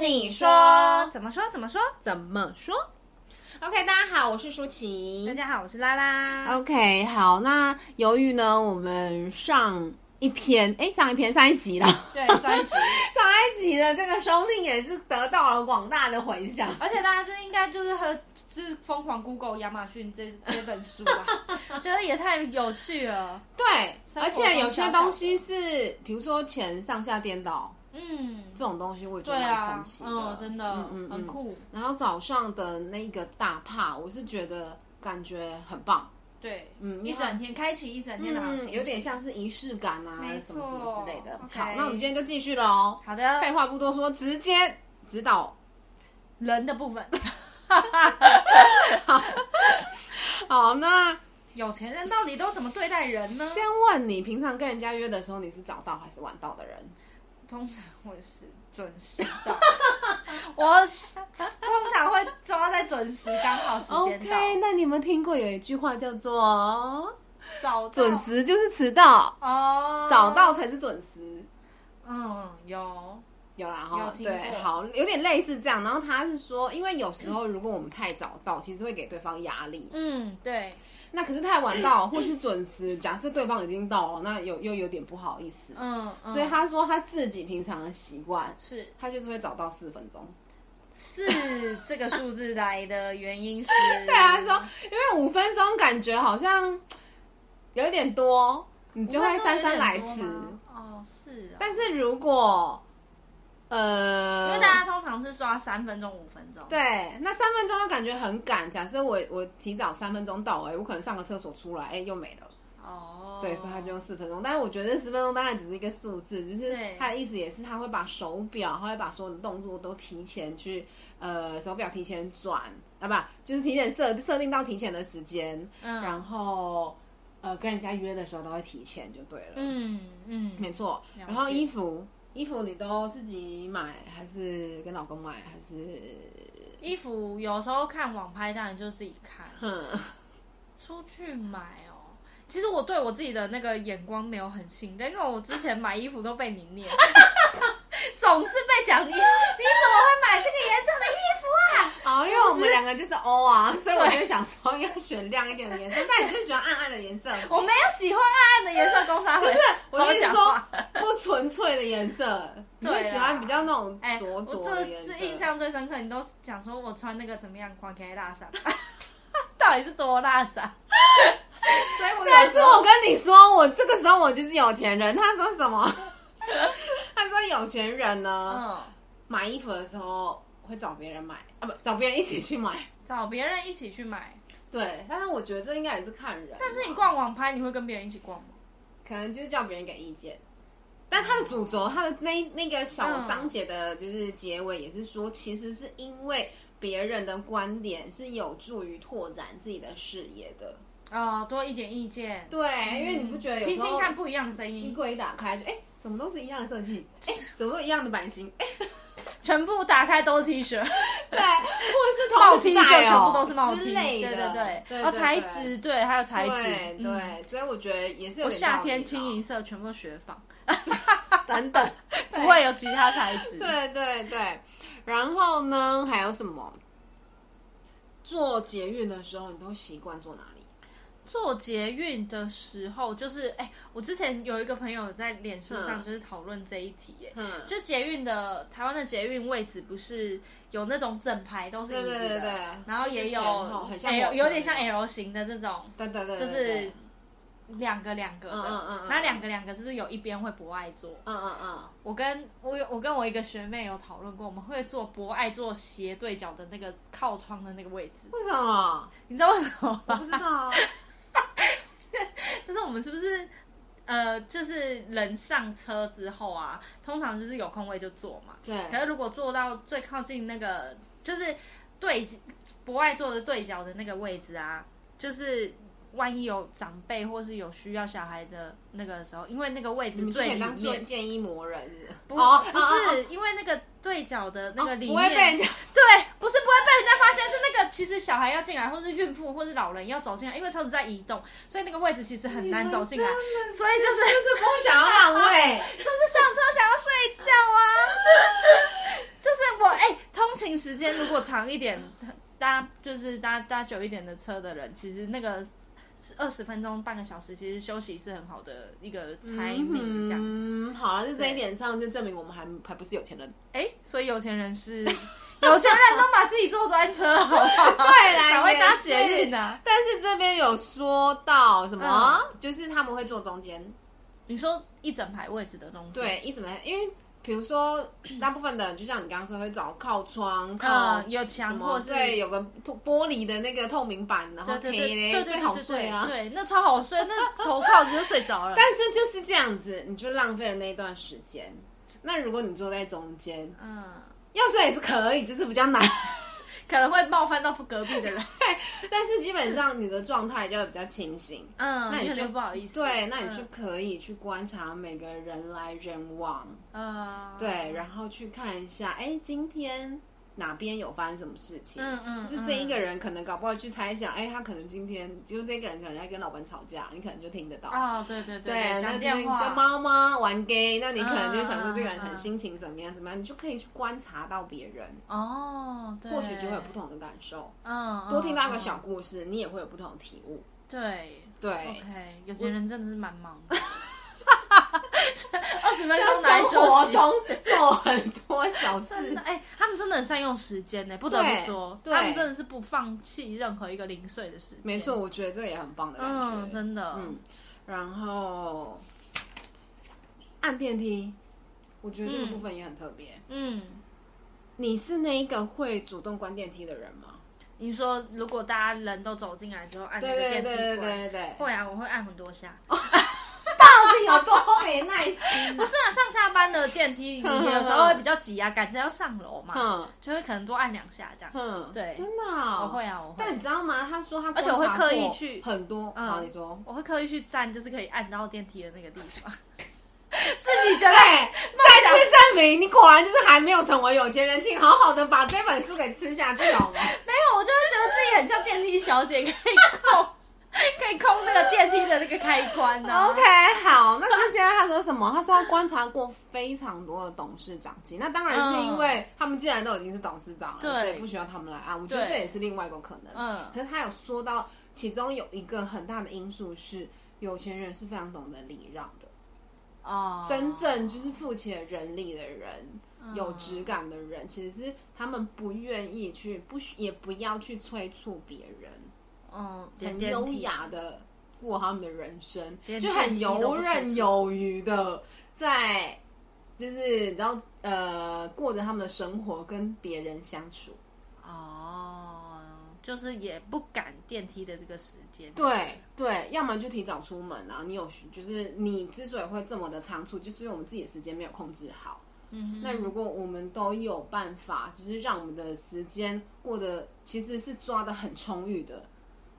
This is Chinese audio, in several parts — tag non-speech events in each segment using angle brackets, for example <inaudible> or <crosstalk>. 你说怎么说？怎么说？怎么说？OK，大家好，我是舒淇。大家好，我是拉拉。 OK，好，那由于呢，我们上一篇，哎，上一篇上一集了， <laughs> 对，上一集上一集的这个收听也是得到了广大的回响。而且 <laughs> 大家就应该就是和就是疯狂 Google 亚马逊这这本书吧，觉得也太有趣了。对，活而且有些中小东西是，比如说钱上下颠倒嗯，这种东西，我也觉得对蛮神，啊奇的，嗯，真的很酷。然后早上的那个大帕，我是觉得感觉很棒，对，嗯一整天开启一整天的好嗯，心情有点。像是仪式感啊，没什错么什么之类的。 OK 好，那我们今天就继续喽。好的废话不多说，直接指 <laughs> 导。人的部分，好，那有钱人到底都怎么对待人呢？先问你，平常跟人家约的时候，你是早到还是晚到的人？通常我是准时到，我是通常会抓在准时刚好时间到 OK，那你们听过有一句话叫哦做早到“准时就是迟到，哦，早到才是准时”。嗯有有啦哈，听过对，好，有点类似这样。然后他是说，因为有时候如果我们太早到，其实会给对方压力。嗯对那可是太晚到或是准时，假设对方已经到了，那有又有点不好意思。嗯，嗯所以他说他自己平常的习惯，是他就是会早到四分钟。四这个数字来的原因是 <laughs> 对啊，他说因为五分钟感觉好像有一点多，你就会姗姗来迟。哦是啊，但是如果因呃为，大家通常是刷三分钟五分钟，对，那三分钟又感觉很赶。假设我我提早三分钟到、哎，我可能上个厕所出来，哎、又没了。哦对，所以他就用四分钟。但是我觉得十分钟当然只是一个数字，就是对他的意思也是他会把手表，他会把所有的动作都提前去，呃，手表提前转啊，不，就是提前设设定到提前的时间，嗯然后呃跟人家约的时候都会提前就对了，嗯嗯没错。了然后解衣服。衣服你都自己买还是跟老公买还是？衣服有时候看网拍当然就自己看，哼，出去买哦。其实我对我自己的那个眼光没有很信任，因为我之前买衣服都被你念， <laughs> 总是被讲你你怎么会买这个颜色的衣服啊？哦，因为我们两个就是 O 啊，所以我就想说要选亮一点的颜色，但你就喜欢暗暗的 <laughs> 颜色嘛。我没有喜欢暗暗的颜色公沙不灰，是，我好的好意思讲说话。不纯粹的颜 <laughs> 色，你对会啦喜欢比较那种哎、灼我灼的颜这色。这印象最深刻，你都讲说我穿那个怎么样，狂开拉萨， <laughs> 到底是多拉 <laughs> 萨？所以我但有是时候我跟你说，我这个时候我就是有钱人。他说什 <laughs> 么？他说有钱人呢，嗯，买衣服的时候会找别人买啊，不找别人一起去买。找别人一起去买，对，但是我觉得这应该也是看人啊。但是你逛网拍，你会跟别人一起逛吗？可能就是叫别人给意见。但他的主轴，他的那那个小嗯章节的，就是结尾也是说，其实是因为别人的观点是有助于拓展自己的视野的。哦啊、多一点意见。对，因为你不觉得有嗯听时听候看不一样的声衣音，柜一打开就哎、怎么都是一样的色系， <laughs> 哎、怎么都一样的版型，哎、全部打开都是 T 恤，对，或帽者是梯同就 style 全部都是帽哦之梯，类对的，对对，对然后材质对，还有材对质，对嗯对，所以我觉得也是有点道夏理天啦清一色全部都雪纺，等等， <laughs> 不会有其他材质。对对对，然后呢，还有什么？坐捷运的时候，你都习惯坐哪里？做捷运的时候，就是哎、我之前有一个朋友在脸书嗯上就是讨论这一题、哎、嗯，就捷运的台湾的捷运位置不是有那种整排都是椅对子对对的，对，然后就是也有前后很像 L 火车有点像 L 型的这种，对对对，对就是对两个两个的，嗯嗯嗯嗯然后两个两个是不是有一边会不爱坐？嗯嗯嗯，我跟我有我跟我一个学妹有讨论过，我们会坐不爱坐斜对角的那个靠窗的那个位置，为什么？你知道为什么我吗？不知道啊，就是我们是不是呃，就是人上车之后啊，通常就是有空位就坐嘛，对，可是如果坐到最靠近那个就是对不爱坐的对角的那个位置啊，就是万一有长辈或是有需要小孩的那个时候，因为那个位你置们就可最以里当做面，建议魔人是不、不是哦，不哦哦是、因为那个对角的那个哦里不面，会被人 <laughs> 家对，不是不会被人家发现，是那个其实小孩要进来，或是孕妇或是老人要走进来，因为车子在移动，啊所以那个位置其实很难走进来，所以就是就是不想要让位，就是上车想要睡觉啊。就是我哎、 <laughs> 哎、通勤时间如果长一点，搭就是搭搭久一点的车的人，其实那个二十分钟、半个小时，其实休息是很好的一个 timing 这样。嗯，好了，就这一点上就证明我们还还不是有钱人。哎、所以有钱人是有钱人都把自己坐专车，好不 <laughs> 好？ <laughs> 对啦哪会搭也是捷 <laughs> 运啊？但是这边有说到什么，嗯就是他们会坐中间，你说一整排位置的东西，对，一直没，因为比如 <clears throat> 说大部分的人，就像你刚刚说，会找靠窗、靠嗯，有墙什或么，是对，有个透玻璃的那个透明板，然后对对可对以哦对嘞，对最对好对睡啊。对，那超好睡，那头靠着就睡着了。 <laughs> 但是就是这样子，你就浪费了那一段时间。那如果你坐在中间，嗯，要睡也是可以，就是比较难。 <laughs> 可能会冒犯到隔壁的人，但是基本上你的状态就会比较清醒， <laughs> 嗯，那你有就点不好意思。对，那你就嗯可以去观察每个人来人往，呃，对，然后去看一下，哎，今天哪边有发生什么事情？嗯嗯，就这一个人可能搞不好去猜想，哎、他可能今天就这个人可能在跟老板吵架，你可能就听得到。啊，哦对对对，讲那电话跟猫妈玩 gay，那你可能就想说嗯嗯这个人嗯很嗯心情怎么样怎么样，你就可以去观察到别人，哦，对，或许就会有不，同的感受。嗯，多听到一个嗯小，故事，你也会有不同的体悟。嗯对对， ，OK，有钱人真的是蛮忙 <laughs> 的，二十分就钟来生休活息。中做很多小真事的，。哎、他们真的很善用时间呢、不得对不说，对他们真的是不放弃任何一个零碎的时间。没错，，我觉得这个也很棒的感觉。嗯，真的，嗯，然后按电梯，我觉得这个部分也很特别。嗯，你是那一个会主动关电梯的人吗？你说如果大家人都走进来之后按那对个对电梯对关，对对对，哦会啊，我会按很多下。到底有多没耐 <laughs> 心？不是啊，上下班的电梯你有时候会比较挤啊，赶着要上楼嘛，哼就会可能多按两下这样。哼，对真的啊、我会啊，我但你会，知道吗？他说他而且我会观察过刻意去很多。嗯好，你说。我会刻意去站，就是可以按到电梯的那个地 <laughs> 方。自己觉对，得哎再次证明你果然就是还没有成为有钱人，请好好的把这本书给吃下去好 <laughs> 吗？没有，我就会觉得自己很像电梯小姐，可以控，可以控那个电梯的那个开关啊呢、 OK，好，那他现在他说什么？他说他观察过非常多的董事长级，那当然是因为他们既然都已经是董事长了，嗯对所以不需要他们来啊按。我觉得这对也是另外一个可能。嗯可是他有说到，其中有一个很大的因素是，有钱人是非常懂得礼让的，哦，嗯真正就是富起了人力的人。有质感的人，其实是他们不愿意去，不需也不要去催促别人，嗯，很点电优梯雅的过他们的人生，连就很电梯都游不刃是有余的在，就是你知道呃，过着他们的生活，跟别人相处。哦，就是也不赶电梯的这个时间。对对，要么就提早出门啊。你有就是你之所以会这么的仓促，就是因为我们自己的时间没有控制好。嗯哼，那如果我们都有办法，就是让我们的时间过得其实是抓的很充裕的，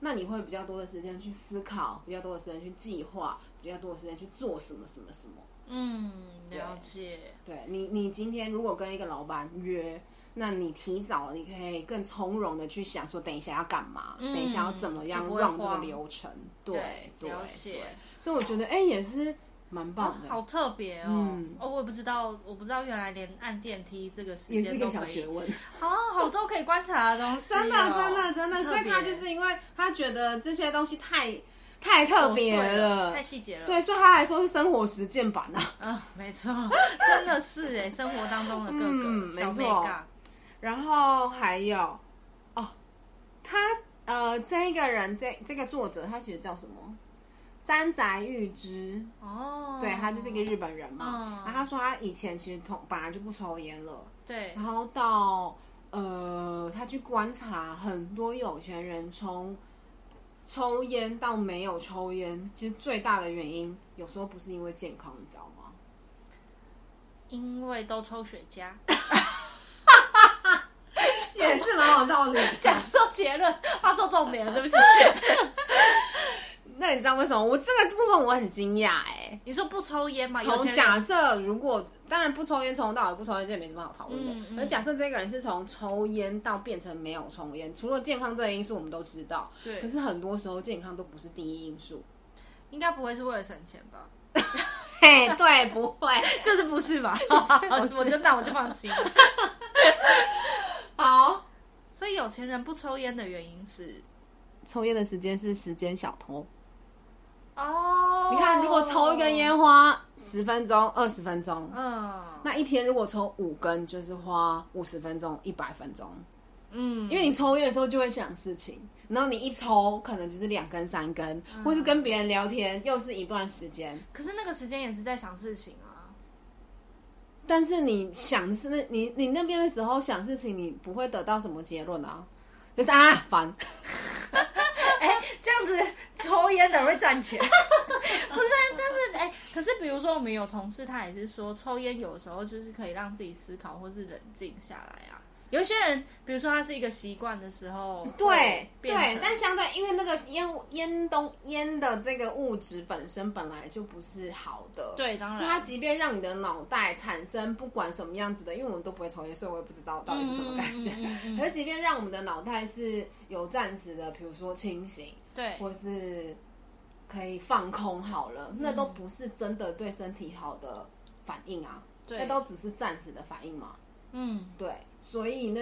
那你会比较多的时间去思考，比较多的时间去计划，比较多的时间去做什么什么什么。嗯，了解。对你，你今天如果跟一个老板约，那你提早，你可以更从容的去想说，等一下要干嘛，嗯等一下要怎么样就不会让这个慌流程。对对了解对，所以我觉得哎、也是蛮棒的，好特别哦！嗯哦，我也不知道，我不知道原来连按电梯这个时也间是一都个小可以学问。哦，好多可以观察的东西哦、真的，真的，真的，很特所别以他就是因为他觉得这些东西太太特别琐碎了，了太，细节了。对，所以他还说是生活实践版啊。嗯、没错， <laughs> 真的是哎，生活当中的各个、嗯小没美错感，然后还有，哦，他呃，这一个人，这这个作者，他其实叫什么？山宅裕之，哦，对他就是一个日本人嘛。嗯然后他说他以前其实同本来就不抽烟了，对，然后到呃，他去观察很多有钱人从抽烟到没有抽烟，其实最大的原因有时候不是因为健康，你知道吗？因为都抽雪茄， <laughs> 也是蛮有道理的。讲说结论，画错重点了，<laughs> 对不起。那你知道为什么？我这个部分我很惊讶哎。你说不抽烟嘛？有从钱人假设如果当然不抽烟，从头到尾不抽烟，这也没什么好讨论的。嗯嗯而假设这个人是从抽烟到变成没有抽烟，除了健康这个因素我们都知道，对可是很多时候健康都不是第一因素。应该不会是为了省钱吧？嘿，对，不会。 <laughs> 就是不是吧？我就那我就放心了。好，所以有钱人不抽烟的原因是抽烟的时间是时间小偷。哦，你看，如果抽一根，烟花十分钟、二十分钟，嗯那一天如果抽五根，就是花五十分钟、一百分钟。嗯，因为你抽烟的时候就会想事情，然后你一抽可能就是两根、三根，嗯或是跟别人聊天，又是一段时间。可是那个时间也是在想事情啊。但是你想的是那，你你那边的时候想事情，你不会得到什么结论啊，就是啊烦。哎、 <laughs> 这样子抽烟的人会赚 <laughs> 钱，不是？但是哎、可是比如说我们有同事，他也是说抽烟有时候就是可以让自己思考或是冷静下来啊。有一些人，比如说他是一个习惯的时候，对哦会变对成，但相对因为那个烟烟东烟的这个物质本身本来就不是好的，对当然所以它即便让你的脑袋产生不管什么样子的，因为我们都不会抽烟，所以我也不知道到底是什么感觉。嗯嗯嗯嗯嗯可是即便让我们的脑袋是有暂时的，比如说清醒，对或是可以放空好了，那都不是真的对身体好的反应啊，那嗯对，都只是暂时的反应嘛。嗯，对，所以呢，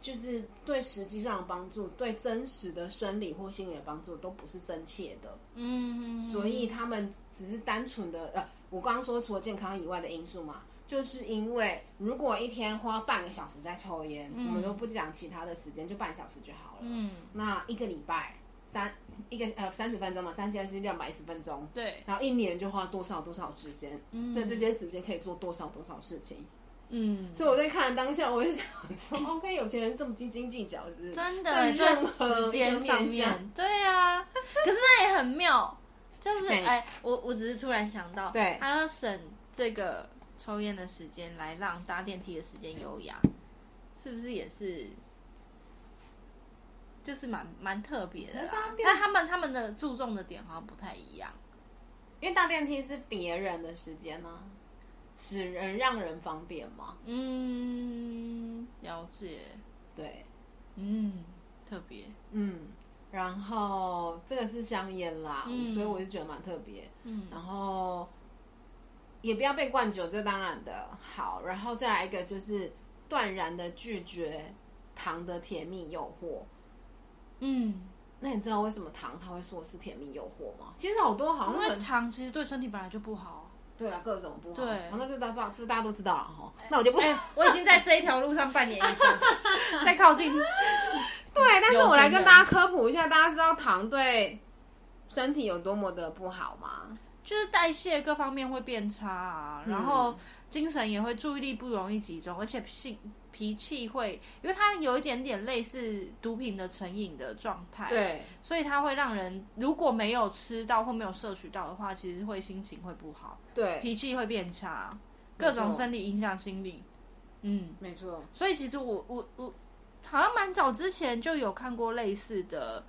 就是对实际上的帮助，对真实的生理或心理的帮助都不是真切的，嗯，所以他们只是单纯的呃，我刚刚说除了健康以外的因素嘛，就是因为如果一天花半个小时在抽烟，我们都不讲其他的时间，就半小时就好了。嗯，那一个礼拜三一个呃三十分钟嘛，三千是两百一十分钟，对，然后一年就花多少多少时间，嗯那这些时间可以做多少多少事情。嗯，所以我在看当下，我就想说哦，OK，有钱人这么斤斤计较，是不是？真的在在任何时间一个上面向面，对啊，可是那也很妙，就是对哎、我我只是突然想到，对他要省这个抽烟的时间来让搭电梯的时间优雅，是不是也是？就是蛮蛮特别的啦可是搭，电但他们他们的注重的点好像不太一样。因为搭电梯是别人的时间呢、使人让人方便嘛。嗯，了解，对，嗯，特别，嗯，然后这个是香烟啦，嗯所以我就觉得蛮特别。嗯然后也不要被灌酒，这当然的好。然后再来一个就是断然的拒绝糖的甜蜜诱惑。嗯，那你知道为什么糖它会说是甜蜜诱惑吗？其实好多好因像很为糖其实对身体本来就不好。对啊，各种不好。对哎哦那这大家这大家都知道了哈。那我就不、我已经在这一条路上扮演医 <laughs> 生，在靠近。 <laughs> 对，但是有我来真的跟大家科普一下，大家知道糖对身体有多么的不好吗？就是代谢各方面会变差啊，然后精神也会注意力不容易集中，而且性脾气会，因为它有一点点类似毒品的成瘾的状态，，对，所以它会让人如果没有吃到或没有摄取到的话，其实会心情会不好，对，脾气会变差，没各错种生理影响心理，嗯，没错，所以其实我我我好像蛮早之前就有看过类似的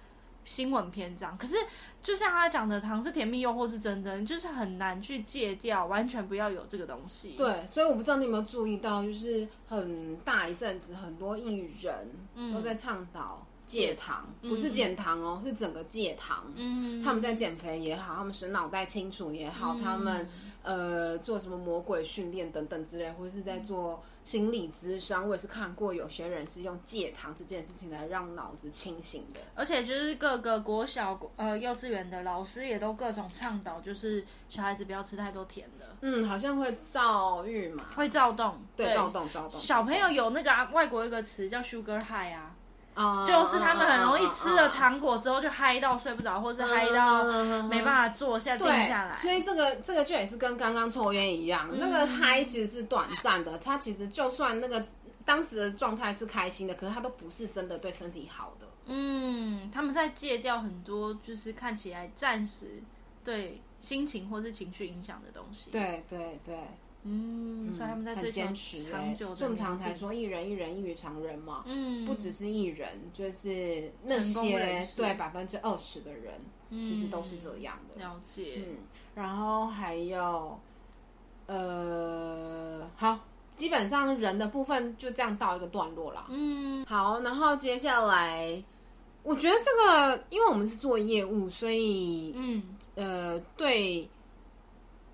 新闻篇章，可是就像他讲的，糖是甜蜜诱惑是真的，你就是很难去戒掉，完全不要有这个东西。，对。所以我不知道你有没有注意到，就是很大一阵子，很多艺人嗯都在倡导戒糖，不是减糖哦，是整个戒糖。嗯，他们在减肥也好，他们是脑袋清楚也好，他们呃做什么魔鬼训练等等之类，或者是在做心理咨商，我也是看过有些人是用戒糖这件事情来让脑子清醒的。而且就是各个国小、国呃幼稚园的老师也都各种倡导，就是小孩子不要吃太多甜的，嗯，好像会躁郁嘛，会躁动。对，躁动躁动。小朋友有那个、啊、外国有个词叫 sugar high 啊，啊，就是他们很容易吃了糖糖果之后就嗨到睡不着，或是嗨到没办法坐下静下来。哎嗯所以这个这个就也是跟刚刚抽烟一样，那个嗨其实是短暂的，它其实就算那个当时的状态是开心的，可是它都不是真的对身体好的。嗯，他们在戒掉很多就是看起来暂时对心情或是情绪影响的东西。，对对对，嗯，所以他们在很追求坚持、欸，长久的，所以我们常才，说一人一人异于常人嘛，嗯，不只是艺人，就是那成功人些士嗯对百分之二十的人，其实都是这样的。了解，嗯，然后还有，呃，好，基本上人的部分就这样到一个段落啦。嗯好，然后接下来，我觉得这个，因为我们是做业务，所以嗯呃，对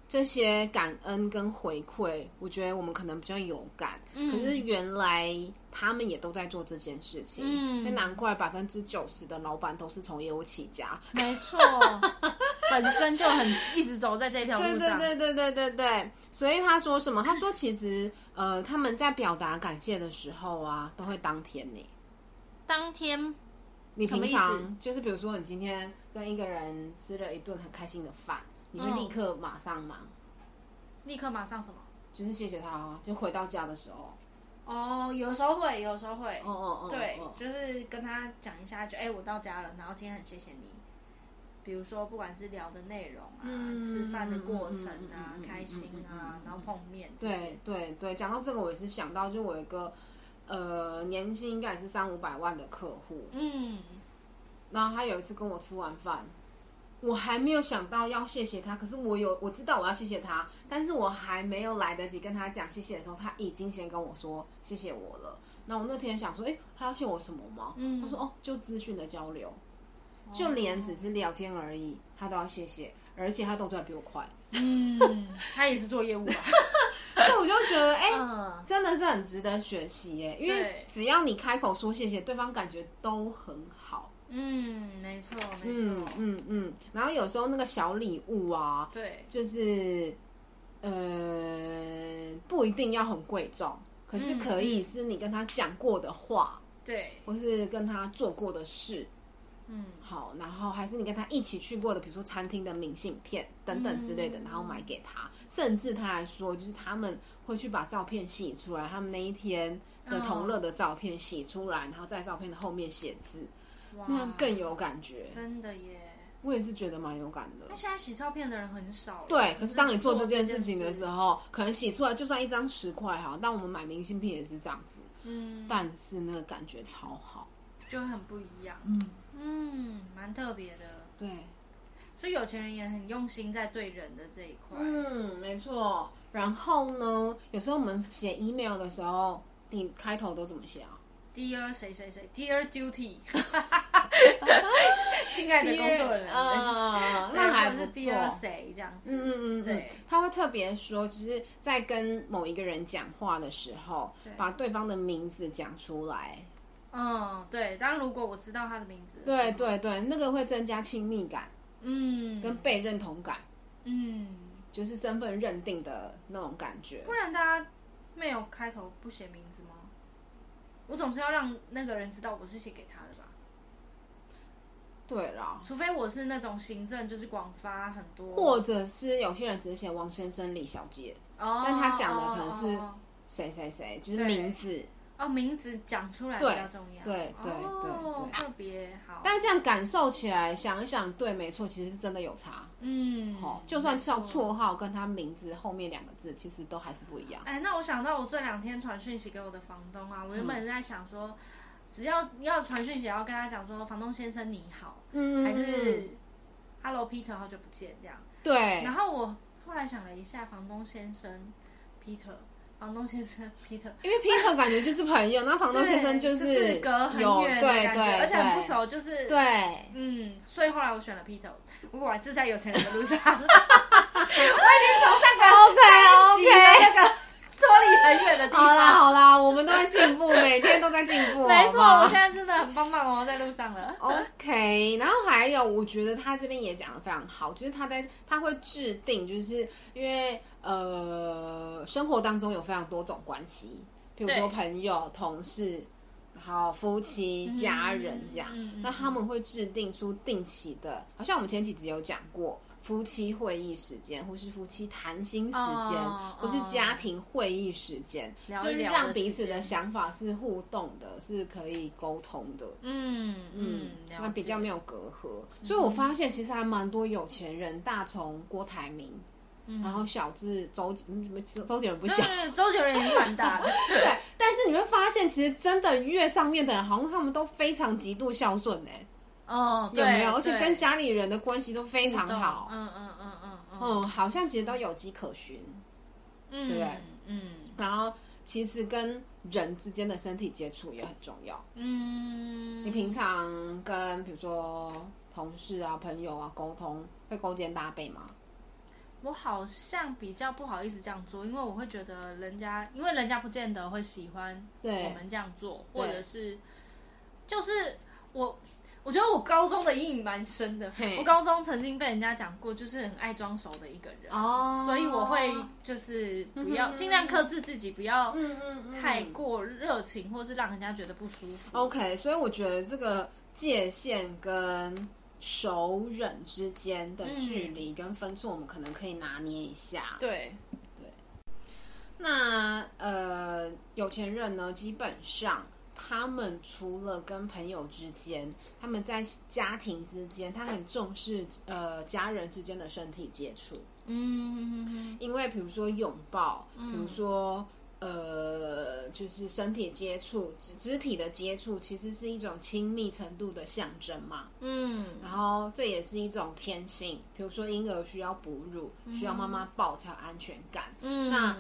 这些感恩跟回馈，我觉得我们可能比较有感。可是原来他们也都在做这件事情，嗯所以难怪百分之九十的老板都是从业务起家。没错，本身就很一直走在这条对路对上。对对对对对，啊所以他说什么？他说其实呃，他们在表达感谢的时候啊，都会当天你。当天你什么平意思常就是比如说，你今天跟一个人吃了一顿很开心的饭，你会嗯立刻马上忙，立刻马上什么？就是谢谢他啊，就回到家的时候。哦，有时候会，有时候会。哦哦哦，对哦，就是跟他讲一下，就哎、我到家了，然后今天很谢谢你。比如说，不管是聊的内容啊、嗯吃饭的过程啊、嗯嗯嗯嗯嗯开心嗯嗯啊嗯，然后碰面这些对，对对，讲到这个，我也是想到，就我有一个呃年薪应该也是三五百万的客户，嗯，然后他有一次跟我吃完饭，我还没有想到要谢谢他，可是我有我知道我要谢谢他，但是我还没有来得及跟他讲谢谢的时候，他已经先跟我说谢谢我了。那我那天想说，诶，他要谢我什么吗？嗯他说哦，就资讯的交流，就连只是聊天而已，他都要谢谢，而且他动作还比我 <laughs> 快，嗯，他也是做业务 <laughs> 吧？所以我就觉得，诶。哎嗯，真的是很值得学习耶，因为对只要你开口说谢谢，对方感觉都很好。嗯，没错，没嗯错，嗯嗯，然后有时候那个小礼物啊，对，就是呃不一定要很贵重，可是嗯可以是你跟他讲过的话，对，或是跟他做过的事，嗯，好，然后还是你跟他一起去过的，比如说餐厅的明信片等等之类的，嗯然后买给他。甚至他还说，就是他们会去把照片洗出来，他们那一天的同乐的照片洗出来，然后在照片的后面写字，哇那样更有感觉。真的耶。我也是觉得蛮有感的那。现在洗照片的人很少了。对，可是当你做这件做事情的时候，候，可能洗出来就算一张十块哈，但我们买明信片也是这样子，嗯，但是那个感觉超好。就会很不一样。嗯，嗯，蛮特别的。对，所以有钱人也很用心在对人的这一块。嗯，没错。然后呢，有时候我们写 email 的时候，你开头都怎么写啊 Dear 谁谁谁 <laughs>，Dear Duty，亲爱的工作人员， <laughs> 啊、对那还或不者是错。 Dear 谁这样子。嗯嗯嗯，嗯对，他会特别说，就是在跟某一个人讲话的时候，把对方的名字讲出来。嗯，对。当然，如果我知道他的名字，对，对对，那个会增加亲密感嗯，跟被认同感，嗯，就是身份认定的那种感觉不。然大家没有开头不写名字吗？我总是要让那个人知道我是写给他的吧。对啦，除非我是那种行政，就是广发很多，哦或者是有些人只写王先生、李小姐，哦，但他讲的可能是哦谁谁谁，就是对名字。哦名字讲出来比较重要，对对哦对对特别好，但这样感受起来，想一想，对，没错，其实是真的有差。嗯，哦，就算叫没错。绰号跟他名字后面两个字，其实都还是不一样。哎，那我想到我这两天传讯息给我的房东啊，我原本在想说，只要要传讯息，要跟他讲说，房东先生你好，嗯还是 Hello Peter，好久不见这样。对，然后我后来想了一下，房东先生 Peter，房东先生 Peter，因为 Peter 感觉就是朋友，那房东先生对是就是 <laughs> 隔很有远的对感觉，对，而且很不对熟，就是对，嗯，所以后来我选了 Peter，我果然是在有钱人 <laughs> 的路上，我已经从上个 OK，上 <laughs> 一集的 OK 那个脱离很远的地好啦方。好啦，我们都在进 <laughs> 步，每天都在进步，没错，好不好我现在真的很棒棒哦，在路上了。 OK，然后还有，我觉得他这边也讲的非常好，就是他在他会制定，就是因为呃，生活当中有非常多种关系，比如说对朋友、同事，还有夫妻、家人这样，嗯嗯嗯那他们会制定出定期的，好像我们前几集有讲过。夫妻会议时间，或是夫妻谈心时间哦或是家庭会议时间聊一就是聊让的彼时此的间想法是互动的，是可以沟通的。嗯嗯，那比较了没有隔阂，所以我发现其实还蛮多有钱人，大从郭台铭，然后小至周嗯什么周杰伦不解小，嗯，周杰伦已经蛮大 <laughs> 的，对，但是你会发现，其实真的越上面的人，好像他们都非常极度孝顺哎、哦，有没有？对而且对跟家里人的关系都非常好，嗯嗯嗯嗯嗯，嗯，好像其实都有迹可循，嗯对不对嗯然后其实跟人之间的身体接触也很重要。嗯，你平常跟比如说同事啊、朋友啊沟通，会勾肩搭背吗？我好像比较不好意思这样做，因为我会觉得人家，因为人家不见得会喜欢我对，们这样做，对或者是就是我，我觉得我高中的阴影蛮深的嘿。我高中曾经被人家讲过，就是很爱装熟的一个人，哦，所以我会就是不要嗯哼尽量克制自己，不要嗯嗯嗯太过热情，或是让人家觉得不舒服。 OK，所以我觉得这个界限跟熟人之间的距离跟分寸，我们可能可以拿捏一下。对，那呃，有钱人呢，基本上他们除了跟朋友之间，他们在家庭之间，他很重视呃家人之间的身体接触，嗯，因为比如说拥抱，比如说。呃，就是身体接触、肢肢体的接触，其实是一种亲密程度的象征嘛。嗯，然后这也是一种天性，比如说婴儿需要哺乳，需要妈妈抱才有安全感。嗯，那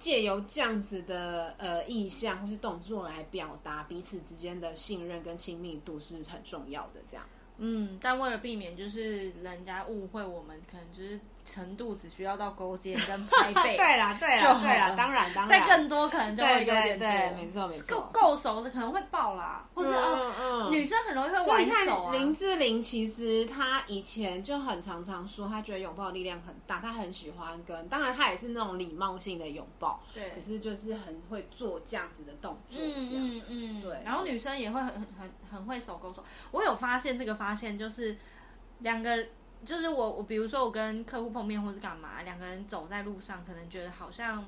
借由这样子的呃意向或是动作来表达彼此之间的信任跟亲密度是很重要的。这样，嗯，但为了避免就是人家误会我们，可能就是程度只需要到勾肩跟拍 <laughs> 背，对啦，对就啦，好对啦，了当然，当然，再更多可能就会对有对点多对，没错没错，够够熟的可能会爆啦，或是哦、嗯女生很容易会所以玩你手看，啊，林志玲其实她以前就很常常说，她觉得拥抱力量很大，她很喜欢跟，当然她也是那种礼貌性的拥抱，对可是就是很会做这样子的动作，嗯这样，嗯嗯，对然后女生也会很很很很会手勾手，我有发现这个发现就是两个。就是我，我比如说我跟客户碰面或是干嘛，两个人走在路上，可能觉得好像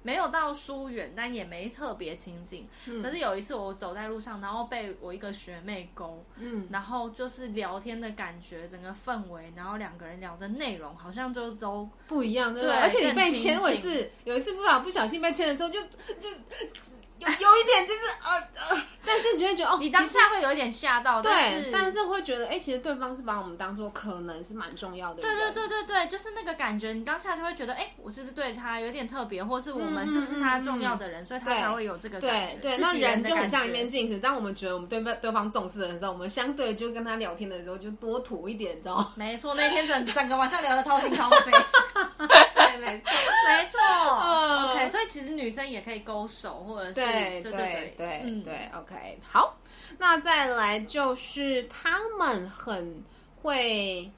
没有到疏远，但也没特别亲近。嗯可是有一次我走在路上，然后被我一个学妹勾，嗯，然后就是聊天的感觉，整个氛围，然后两个人聊的内容好像就都不一样，对不对？对而且你被更亲牵，我也近是有一次不小不小心被牵的时候就，就有有一点就是呃呃，但是你就会觉得哦， <laughs> 你当其实下会有一点吓到，但对，是但是会觉得哎、其实对方是把我们当做可能是蛮重要的人，对对对对对，就是那个感觉，你当下就会觉得，哎、我是不是对他有点特别，或是我们是不是他重要的人，所以他嗯对才会有这个感对觉。对，自那己人的就很感像觉？一面镜子。当我们觉得我们对对方重视的时候，我们相对就跟他聊天的时候就多吐一点，你知道吗没错，那天整整个晚上聊得掏心掏肺，对，没错。没错。 <laughs> 嗯 OK，所以其实女生也可以勾手，或者是对对嗯对对，对对，OK，好。那再来就是他们很会，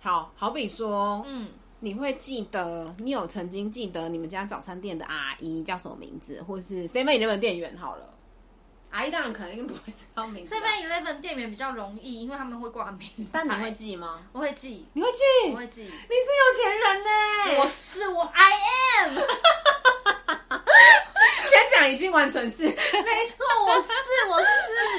好好比说，嗯，你会记得你有曾经记得你们家早餐店的阿姨叫什么名字，或是 Seven Eleven 店员好了。阿姨当然可能不会知道名字啊， Seven Eleven 店员比较容易，因为他们会挂名 <laughs> 牌。但你会记吗？我 <laughs> 会记，你会记？我会记。你是有钱人呢、我是我，I am，先讲已经完成式，没错，我是我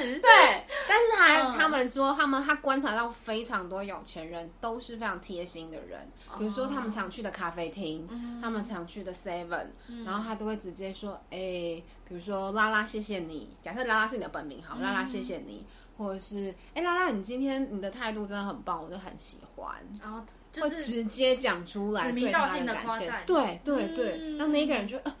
是。对。 <laughs> 但是他、嗯他们说，他们他观察到非常多有钱人都是非常贴心的人，比如说他们常去的咖啡厅，哦他们常去的 Seven，、然后嗯他都会直接说，哎、比如说拉拉，谢谢你。假设拉拉是你的本名，嗯好，拉拉谢谢你，或者是哎、拉拉，你今天你的态度真的很棒，我就很喜欢。然后就会是直接讲出来哦指对名他道姓的的感夸谢赞，对对对，嗯让那个人就呃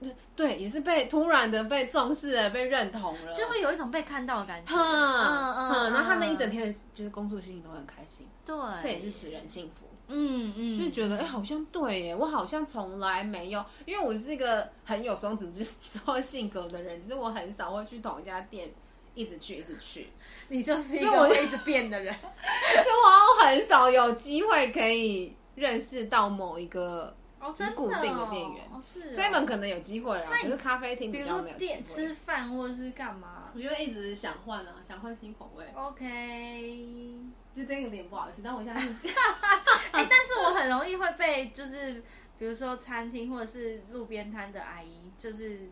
嗯，对，也是被突然的被重视了，被认同了，就会有一种被看到的感觉。哼嗯哼，然后他那一整天的就是工作心情都很开心，对，这也是使人幸福，嗯嗯，就是觉得哎好像对耶，我好像从来没有，因为我是一个很有双子之 <laughs> 后性格的人，只是我很少会去同一家店一直去一直去，你就是一所以我个会一直变的人。所以我很少有机会可以认识到某一个 <laughs> 哦，是真的固定的哦店员哦是哦 seven 可能有机会啦，啊可你是咖啡厅比比如较说没有机店会。嗯吃饭或者是干嘛我觉得一直想换啊，想换新口味， ？OK，哎，就这个有点不好意思，但我 <laughs> <laughs> 相信啊但是我很容易会被就是比如说餐厅或者是路边摊的阿姨就是。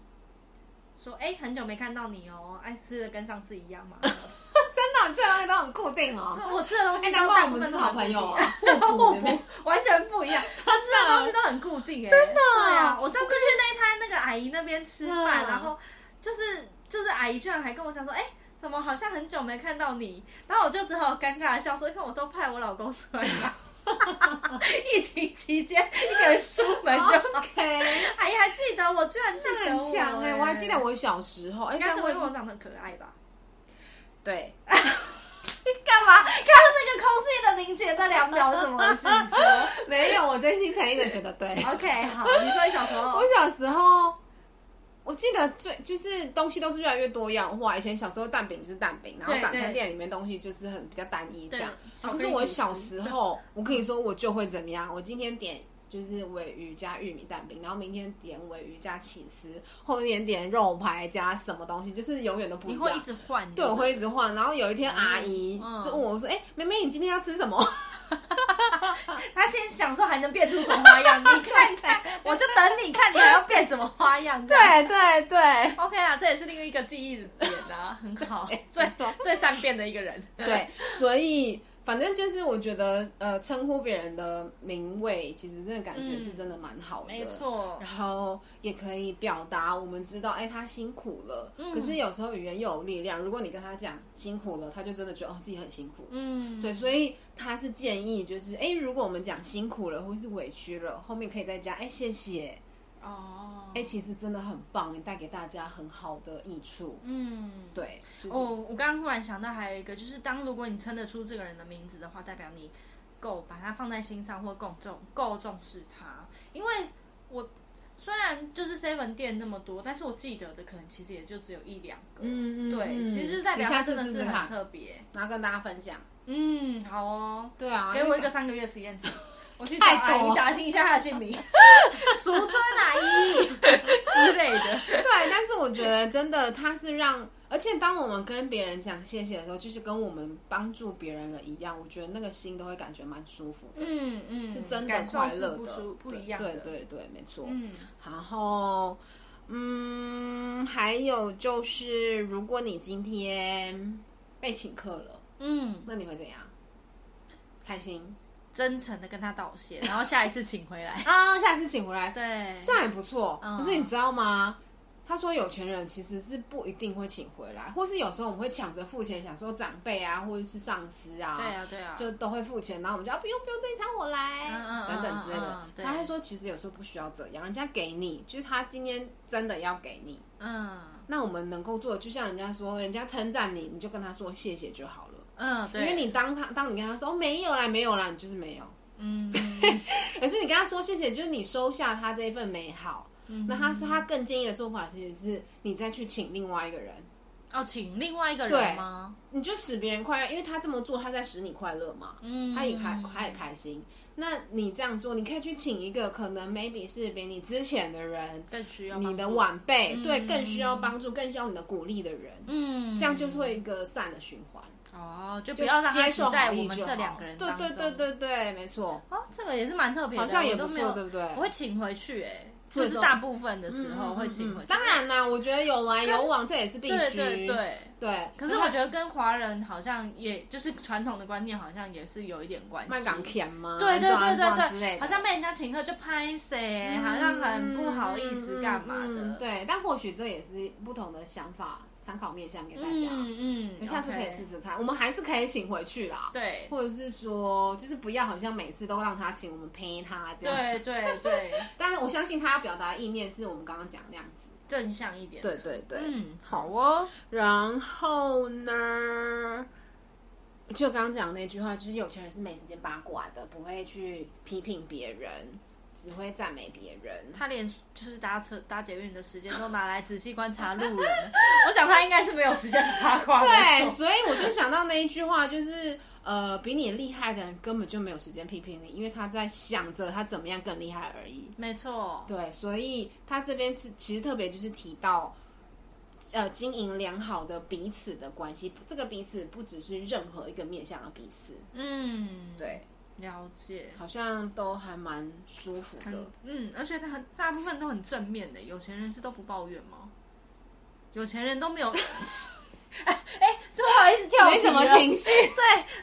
说哎、很久没看到你哦，爱吃的跟上次一样 <laughs> 吗？真的这东西都很固定哦就我吃的东哎，西难都怪大我部们分是都好很朋固友定 <laughs> <laughs> 啊，互补对不对完全不一样，他吃的东西都很固定哎、真的对啊，我上次去那一摊那个阿姨那边吃饭，嗯然后就是就是阿姨居然还跟我讲说，哎、怎么好像很久没看到你？然后我就只好尴尬的笑说，因为我都派我老公出来了。 <laughs> 疫情期间一个人出门就， OK，阿姨还记得我，居然记这得很强欸哎，我、我还记得，我小时候，哎，应这该样是会因为我长得很可爱吧？对，干嘛？看到那个空气的情节的两秒怎么回事？你说没有，我真心诚意的觉得对。 <laughs> ？OK，好，你说你小时候我，小时候，我记得最就是东西都是越来越多样化。以前小时候蛋饼就是蛋饼，然后对早对餐店里面东西就是很比较单一这样。对啊可是巧克力我吐司小时候，我可以说我就会怎么样？我今天点。就是尾鱼加玉米蛋饼，然后明天点尾鱼加起司，后天点肉排加什么东西，就是永远都不一你样。会一直换？对，我会一直换。然后有一天阿姨嗯就问我说：“哎、妹妹，你今天要吃什么？”他先想说还能变出什么花样，你看看，我就等你看你还要变什么花样。这样对对对 OK 啦，这也是另一个记忆点啊，很好，最没错最善变的一个人。 <laughs> 对，所以反正就是我觉得，呃，称呼别人的名位，其实这个感觉是真的蛮好的，没。错然，后也可以表达我们知道，哎，他辛苦了。嗯可是有时候语言又有力量，如果你跟他讲辛苦了，他就真的觉得哦自己很辛苦。嗯，对，所以他是建议，就是哎，如果我们讲辛苦了或是委屈了，后面可以再加哎谢谢，哦，哎，其实真的很棒，你带给大家很好的益处。嗯，对，就是、哦，我刚刚忽然想到还有一个，就是当如果你称得出这个人的名字的话，代表你够把他放在心上或够重够重视他。因为我虽然就是 seven 店那么多，但是我记得的可能其实也就只有一两个。嗯嗯，对，嗯其实代表你下他次真的试是试很看，特别。然后跟大家分享。嗯，好哦，对啊，给因为我一个搞三个月实验期，我去找太阿多姨了打听一下她的姓名，俗称阿姨之类的。对，但是我觉得真的，它是让，而且当我们跟别人讲谢谢的时候，就是跟我们帮助别人了一样，我觉得那个心都会感觉蛮舒服的，嗯嗯，是真的感受快是乐不的舒，不对一样的。对对对，没错。嗯。然后，嗯，还有就是，如果你今天被请客了，嗯，那你会怎样？开 <laughs> 心真诚的跟他道 <laughs> 谢，然后下一次请回来。啊！下次请回来，对，这样也不错。哎嗯可是你知道吗？他说有钱人其实是不一定会请回来，或是有时候我们会抢着付钱，想说长辈啊或者是上司啊，对啊，对啊，就都会付钱，然后我们就、啊、不用不用这一餐我来、嗯嗯嗯等等之类的嗯。嗯对他还说其实有时候不需要这样，人家给你就是他今天真的要给你，嗯那我们能够做的就像人家说，人家称赞你，你就跟他说谢谢就好了。嗯，因对，为你当他当你跟他说、哦、没有啦没有啦，你就是没有。嗯，可是你跟他说谢谢，就是你收下他这一份美好。嗯那他说他更建议的做法，其实是你再去请另外一个人，哦，请另外一个人吗？你就使别人快乐，因为他这么做，他在使你快乐嘛，嗯，他也开他也开心。那你这样做，你可以去请一个可能 maybe 是比你之前的人，更需要你的碗，晚辈，嗯对，更需要帮助，更需要你的鼓励的人，嗯，这样就是会一个善的循环。哦，就不要让他接只受在好我意们就这好两个人对当中对对对对，没错，哦，这个也是蛮特别的，好像也我都不没错，有，对不对？我会请回去，哎，对就是都大部分的时嗯候会请回嗯去，当然啦，我觉得有来有往，这也是必须。对对对。对可是我觉得跟华人好像也就是传统的观念，好像也是有一点关系。麦港甜吗？对这对对样这样对之类对，的好像被人家请客就拍谁、好像很不好意思干嘛的。嗯嗯嗯对，但或许这也是不同的想法，参考面向给大家。嗯嗯，下次可以 OK 试。试看，我们还是可以请回去啦。对或者是说，就是不要好像每次都让他请，我们陪他这样。。对对对，但是我相信他要表达的意念是我们刚刚讲的那样子。正向一点。对对对嗯，好哦。然后呢，就刚刚讲的那句话，就是有钱人是没时间八卦的，不会去批评别人，只会赞美别人。他连就是搭车搭捷运的时间都拿来仔细观察路人，我想他应该是没有时间八卦。没对，错所以我就想到那一句话，就是呃，比你厉害的人根本就没有时间批评你，因为他在想着他怎么样更厉害而已。没错。对，所以他这边是其实特别就是提到，呃，经营良好的彼此的关系，这个彼此不只是任何一个面向的彼此，嗯，对，了解。好像都还蛮舒服的很。嗯，而且他很大部分都很正面的，有钱人是都不抱怨吗？有钱人都没有， <laughs> 哎、这不好意思跳题没什么了 <laughs> 情绪，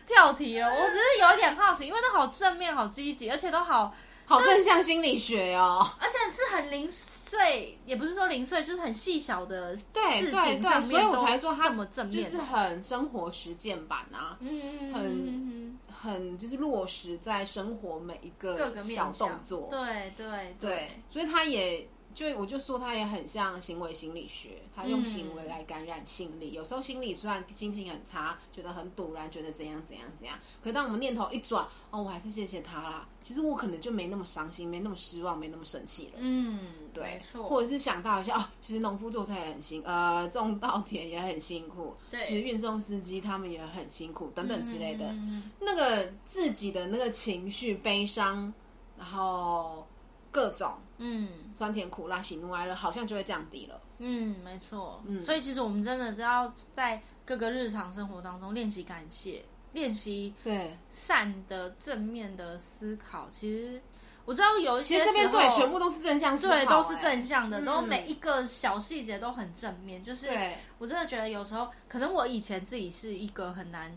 跳题了。我只是有点好奇，因为都好正面、好积极，而且都好，好正向心理学哦。而且是很零碎，也不是说零碎，就是很细小的事对情对上对，面所以我才说都他这么正面，就是很生活实践版啊，嗯嗯嗯很嗯嗯很就是落实在生活每一各个个面小向动作。对对对，所以他也就我就说它也很像行为心理学，它用嗯行为来感染心理。有时候心理虽然心情很差，觉得很堵然，觉得怎样怎样怎样，可当我们念头一转，哦，我还是谢谢他啦。其实我可能就没那么伤心，没那么失望，没那么生气了。嗯，对，没或错，者是想到一下哦，其实农夫做菜也很辛，呃，种稻田也很辛苦，对其实运送司机他们也很辛苦，等等之类的。嗯那个自己的那个情绪、悲伤，然后各种嗯酸甜苦辣、喜怒哀乐，好像就会降低了。嗯，没错。所以其实我们真的只要在各个日常生活当中练习感谢，练习对，善的正面的思考。其实我知道有一其些实这边时候对全部都是正向思考、对都是哎正向的，都嗯每一个小细节都很正面。就是对，我真的觉得有时候，可能我以前自己是一个很难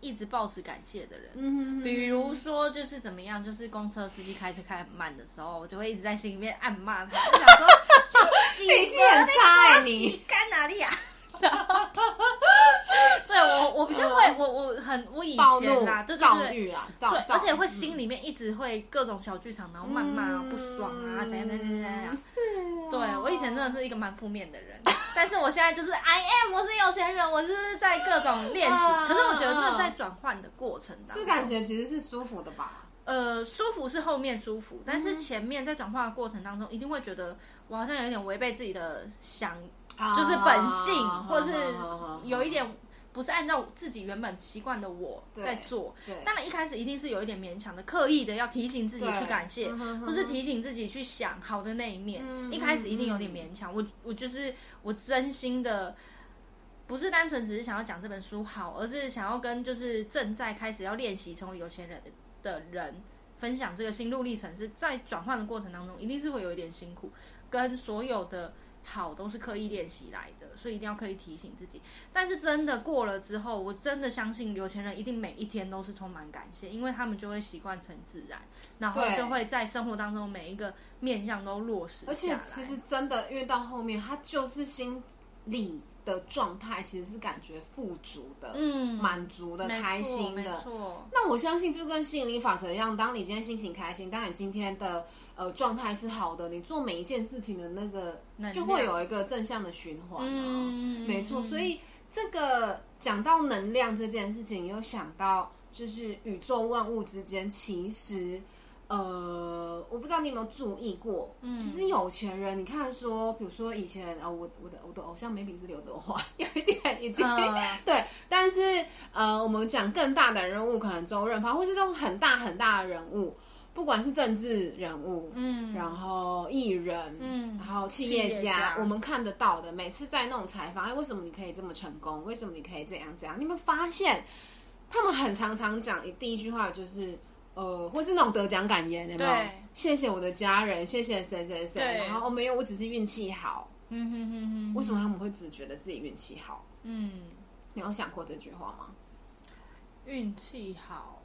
一直保持感谢的人。嗯，比如说，就是怎么样，就是公车司机开车开很慢的时候，我就会一直在心里面暗 <laughs> 骂他，我想说脾气很差、哎你干哪里啊？ <laughs> 对我，我比较会，我我很我以暴前怒啦，对、对躁对郁啊，躁对，躁而且会心里面一直会各种小剧场，然后谩骂啊、嗯不爽啊，怎样怎样怎样怎样。是、啊，对我以前真的是一个蛮负面的人，但是我现在就是 I am，我是有钱人，我是在各种练习。嗯可是我觉得这在转换的过程当是中，感觉其实是舒服的吧？呃，舒服是后面舒服，但嗯是前面在转化的过程当中，一定会觉得我好像有点违背自己的想，啊就是本性，哦或者是好好好好有一点不是按照自己原本习惯的我在做。对当然一开始一定是有一点勉强的，刻意的要提醒自己去感谢，对嗯哼或是提醒自己去想好的那一面。嗯一开始一定有点勉强，我我就是我真心的。不是单纯只是想要讲这本书好，而是想要跟就是正在开始要练习成为有钱人的人分享这个心路历程，是在转换的过程当中，一定是会有一点辛苦，跟所有的好都是刻意练习来的，所以一定要刻意提醒自己。但是真的过了之后，我真的相信有钱人一定每一天都是充满感谢，因为他们就会习惯成自然，然后对就会在生活当中每一个面向都落实下来。而且其实真的，因为到后面他就是心理的状态，其实是感觉富足的、嗯，满足的、没错开心没的。错，那我相信就跟吸引力法则一样，当你今天心情开心，当你今天的呃状态是好的，你做每一件事情的那个能量就会有一个正向的循环啊。嗯没错，所以这个讲到能量这件事情，有想到就是宇宙万物之间，其实呃，我不知道你有没有注意过，嗯其实有钱人，你看说，比如说以前啊、我我的我的偶像 maybe 是刘德华， <laughs> 有一点已经、 <laughs> 呃对，但是呃，我们讲更大的人物，可能周润发，或是这种很大很大的人物，不管是政治人物，嗯然后艺人，嗯然后企业业家家，我们看得到的。每次在那种采访，哎，为什么你可以这么成功？为什么你可以这样这样？你们发现他们很常常讲第一句话就是，呃，或是那种得奖感言，有没有对？谢谢我的家人，谢谢谁谁谁，对然后哦没有，我只是运气好。嗯哼哼哼，为什么他们会只觉得自己运气好？嗯你有想过这句话吗？运气好？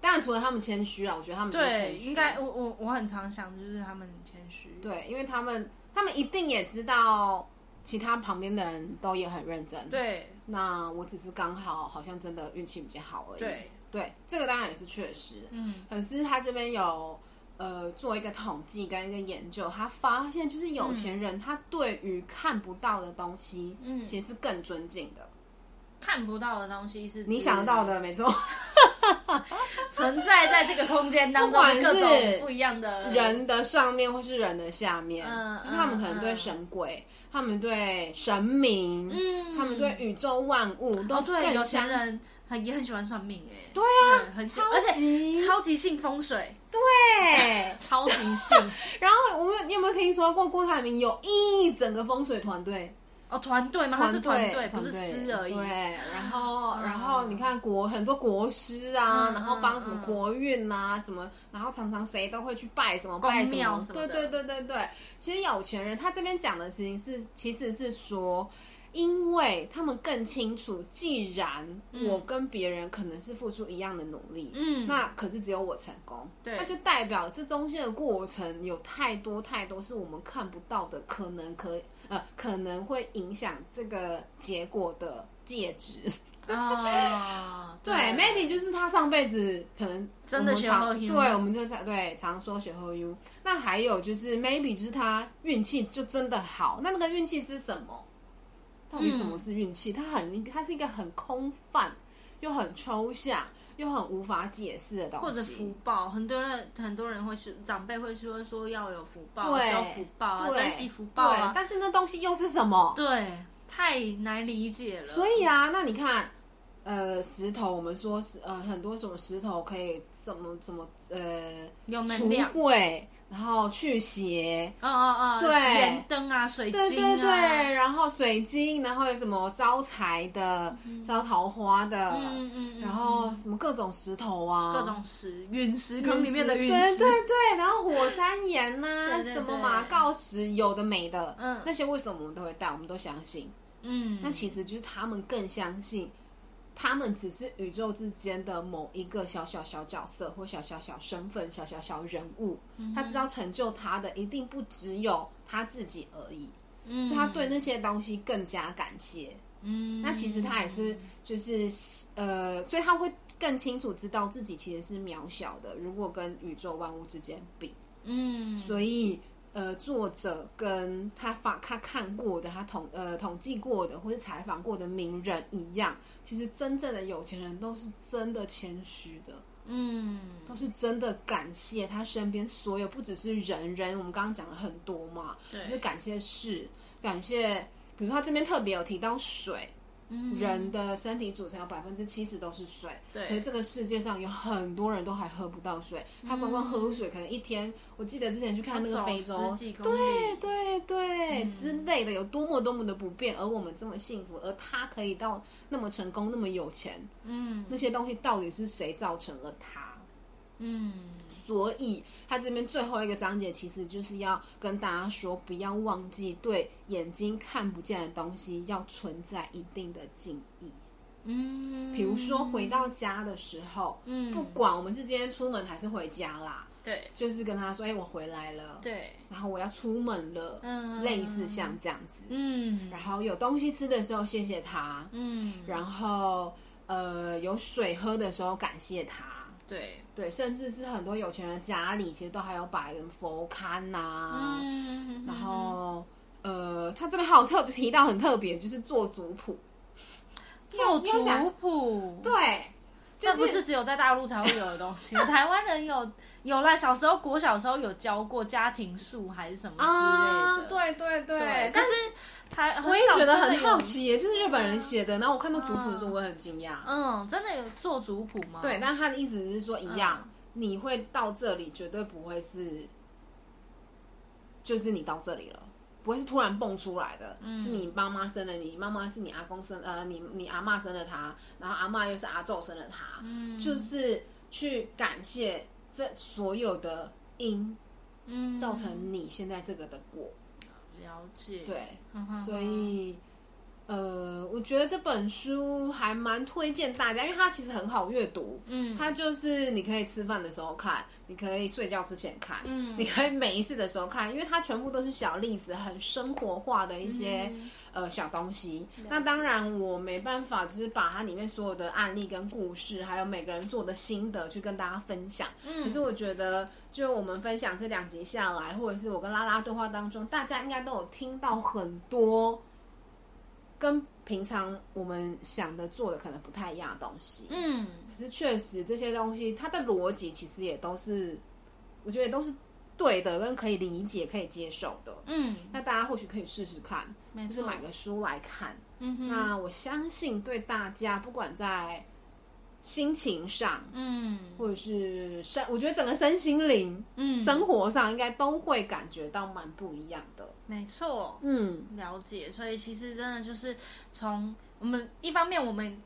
当然，除了他们谦虚啊，我觉得他们就是对，谦虚应该我我我很常想的就是他们很谦虚，对，因为他们他们一定也知道其他旁边的人都也很认真，对那我只是刚好好像真的运气比较好而已。对，对，这个当然也是确实。嗯可是他这边有呃做一个统计跟一个研究，他发现就是有钱人他对于看不到的东西，嗯其实是更尊敬的。看不到的东西是你想得到的，没错，存在在这个空间当中的各种不一样的，人的上面或是人的下面，嗯就是他们可能对嗯神鬼，他们对神明，嗯，他们对宇宙万物都哦对，有更钱相人很也很喜欢算命哎，对对啊，很喜，超而且级超级信风水，对。 <laughs> 超级信然后我们你有没有听说过郭台铭有一整个风水团队？哦团 <laughs> 队吗？他是团队，不是师而已，对，然后、嗯然后你看国很多国师啊，嗯然后帮什嗯么嗯国运啊、什么，然后常常谁都会去拜什么宫拜什庙么，什么对的对对对对。其实有钱人他这边讲的事情是，其实是说。因为他们更清楚，既然我跟别人可能是付出一样的努力，嗯，那可是只有我成功，对那就代表这中间的过程有太多太多是我们看不到的，可能可呃可能会影响这个结果的介质。啊，对，maybe 就是他上辈子可能真的我们常学后 U 对，我们就在对常说学后 U。那还有就是 maybe 就是他运气就真的好，那那个运气是什么？到底什嗯么是运气？它很它是一个很空泛，又很抽象，又很无法解释的东西。或者福报，很多人很多人会说，长辈会说说要有福报，对要福报啊，对珍惜福报啊对，，但是那东西又是什么？对，太难理解了。所以啊，那你看，呃，石头，我们说是呃很多什么石头可以怎么怎么呃有除能量，秽，然后去邪，嗯嗯嗯，对盐灯啊，水晶啊，对对对，然后水晶，然后有什么招财的、招桃花的，嗯嗯嗯，然后什么各种石头啊，各种石，陨石坑里面的陨对石，对对，然后火山岩呐、 <laughs> 对对对什么马告石，有的没的，嗯那些为什么我们都会带，我们都相信。嗯，那其实就是他们更相信，他们只是宇宙之间的某一个小小小角色或小小小身份、小小小人物。嗯他知道成就他的一定不只有他自己而已，嗯所以他对那些东西更加感谢。嗯，那其实他也是，就是呃，所以他会更清楚知道自己其实是渺小的，如果跟宇宙万物之间比。嗯，所以呃，作者跟他发他看过的、他统呃统计过的或是采访过的名人一样，其实真正的有钱人都是真的谦虚的，嗯都是真的感谢他身边所有，不只是人人，我们刚刚讲了很多嘛，对就是感谢事，感谢。比如说他这边特别有提到水，嗯人的身体组成有百分之七十都是水，可对是这个世界上有很多人都还喝不到水，他们光喝水可能一天，我记得之前去看那个非洲嗯走十，几公里，对对、嗯之类的，有多么多么的不便，而我们这么幸福，而他可以到那么成功，那么有钱，嗯那些东西到底是谁造成了他？嗯所以他这边最后一个章节其实就是要跟大家说，不要忘记对眼睛看不见的东西要存在一定的敬意。嗯，比如说回到家的时候，嗯不管我们是今天出门还是回家啦，对就是跟他说：“哎、我回来了，对，然后我要出门了。”嗯类似像这样子。嗯然后有东西吃的时候谢谢他，嗯然后呃有水喝的时候感谢他。对，对，甚至是很多有钱人家里其实都还有摆什么佛龛呐、嗯，然后呃，他这边还有特别提到很特别，就是做族谱。做你有想族谱，对，就这不是是只有在大陆才会有的东西， <laughs> 台湾人有有啦，小时候国小时候有教过家庭树还是什么啊，之类的，对对对，对，但但是台我也觉得很好，少真的有啊奇耶，这是日本人写的。然后我看到族谱的时候，我也很惊讶。嗯，真的有做族谱吗？对，但他的意思是说，一样，嗯你会到这里，绝对不会是，就是你到这里了，不会是突然蹦出来的，是你妈妈生了你，妈妈是你阿公生，呃，你你阿嬷生了他，然后阿嬷又是阿昼生了他，嗯就是去感谢这所有的因，嗯，造成你现在这个的果，了解，对，嗯哼哼所以。呃，我觉得这本书还蛮推荐大家，因为它其实很好阅读，嗯，它就是你可以吃饭的时候看，你可以睡觉之前看，嗯你可以每一次的时候看，因为它全部都是小例子，很生活化的一些、嗯呃小东西。那当然我没办法，就是把它里面所有的案例跟故事，还有每个人做的心得去跟大家分享。嗯可是我觉得，就我们分享这两集下来，或者是我跟拉拉对话当中，大家应该都有听到很多。跟平常我们想的、做的可能不太一样的东西。嗯可是确实这些东西，它的逻辑其实也都是，我觉得也都是对的，跟可以理解、可以接受的。嗯，那大家或许可以试试看，没就是错，买个书来看。嗯哼，那我相信对大家，不管在心情上，嗯或者是身，我觉得整个身心灵、嗯，生活上，应该都会感觉到蛮不一样的。没错，嗯，了解，所以其实真的就是从我们一方面我们。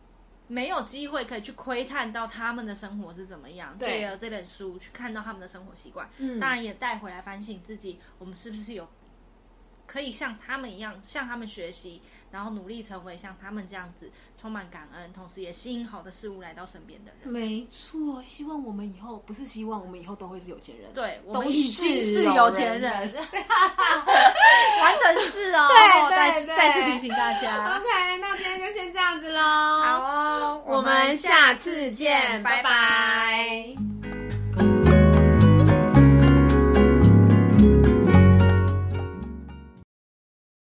没有机会可以去窥探到他们的生活是怎么样，对借由这本书去看到他们的生活习惯，嗯当然也带回来反省自己，我们是不是有可以像他们一样，向他们学习，然后努力成为像他们这样子充满感恩，同时也吸引好的事物来到身边的人。没错。希望我们以后不是希望我们以后都会是有钱人。对，我都们已经是是有有钱人人， <laughs> 完成 <laughs> 是哦，对对再对再次提醒大家， OK，那今天就先这样子喽。啊好哦，们下次见，拜拜拜拜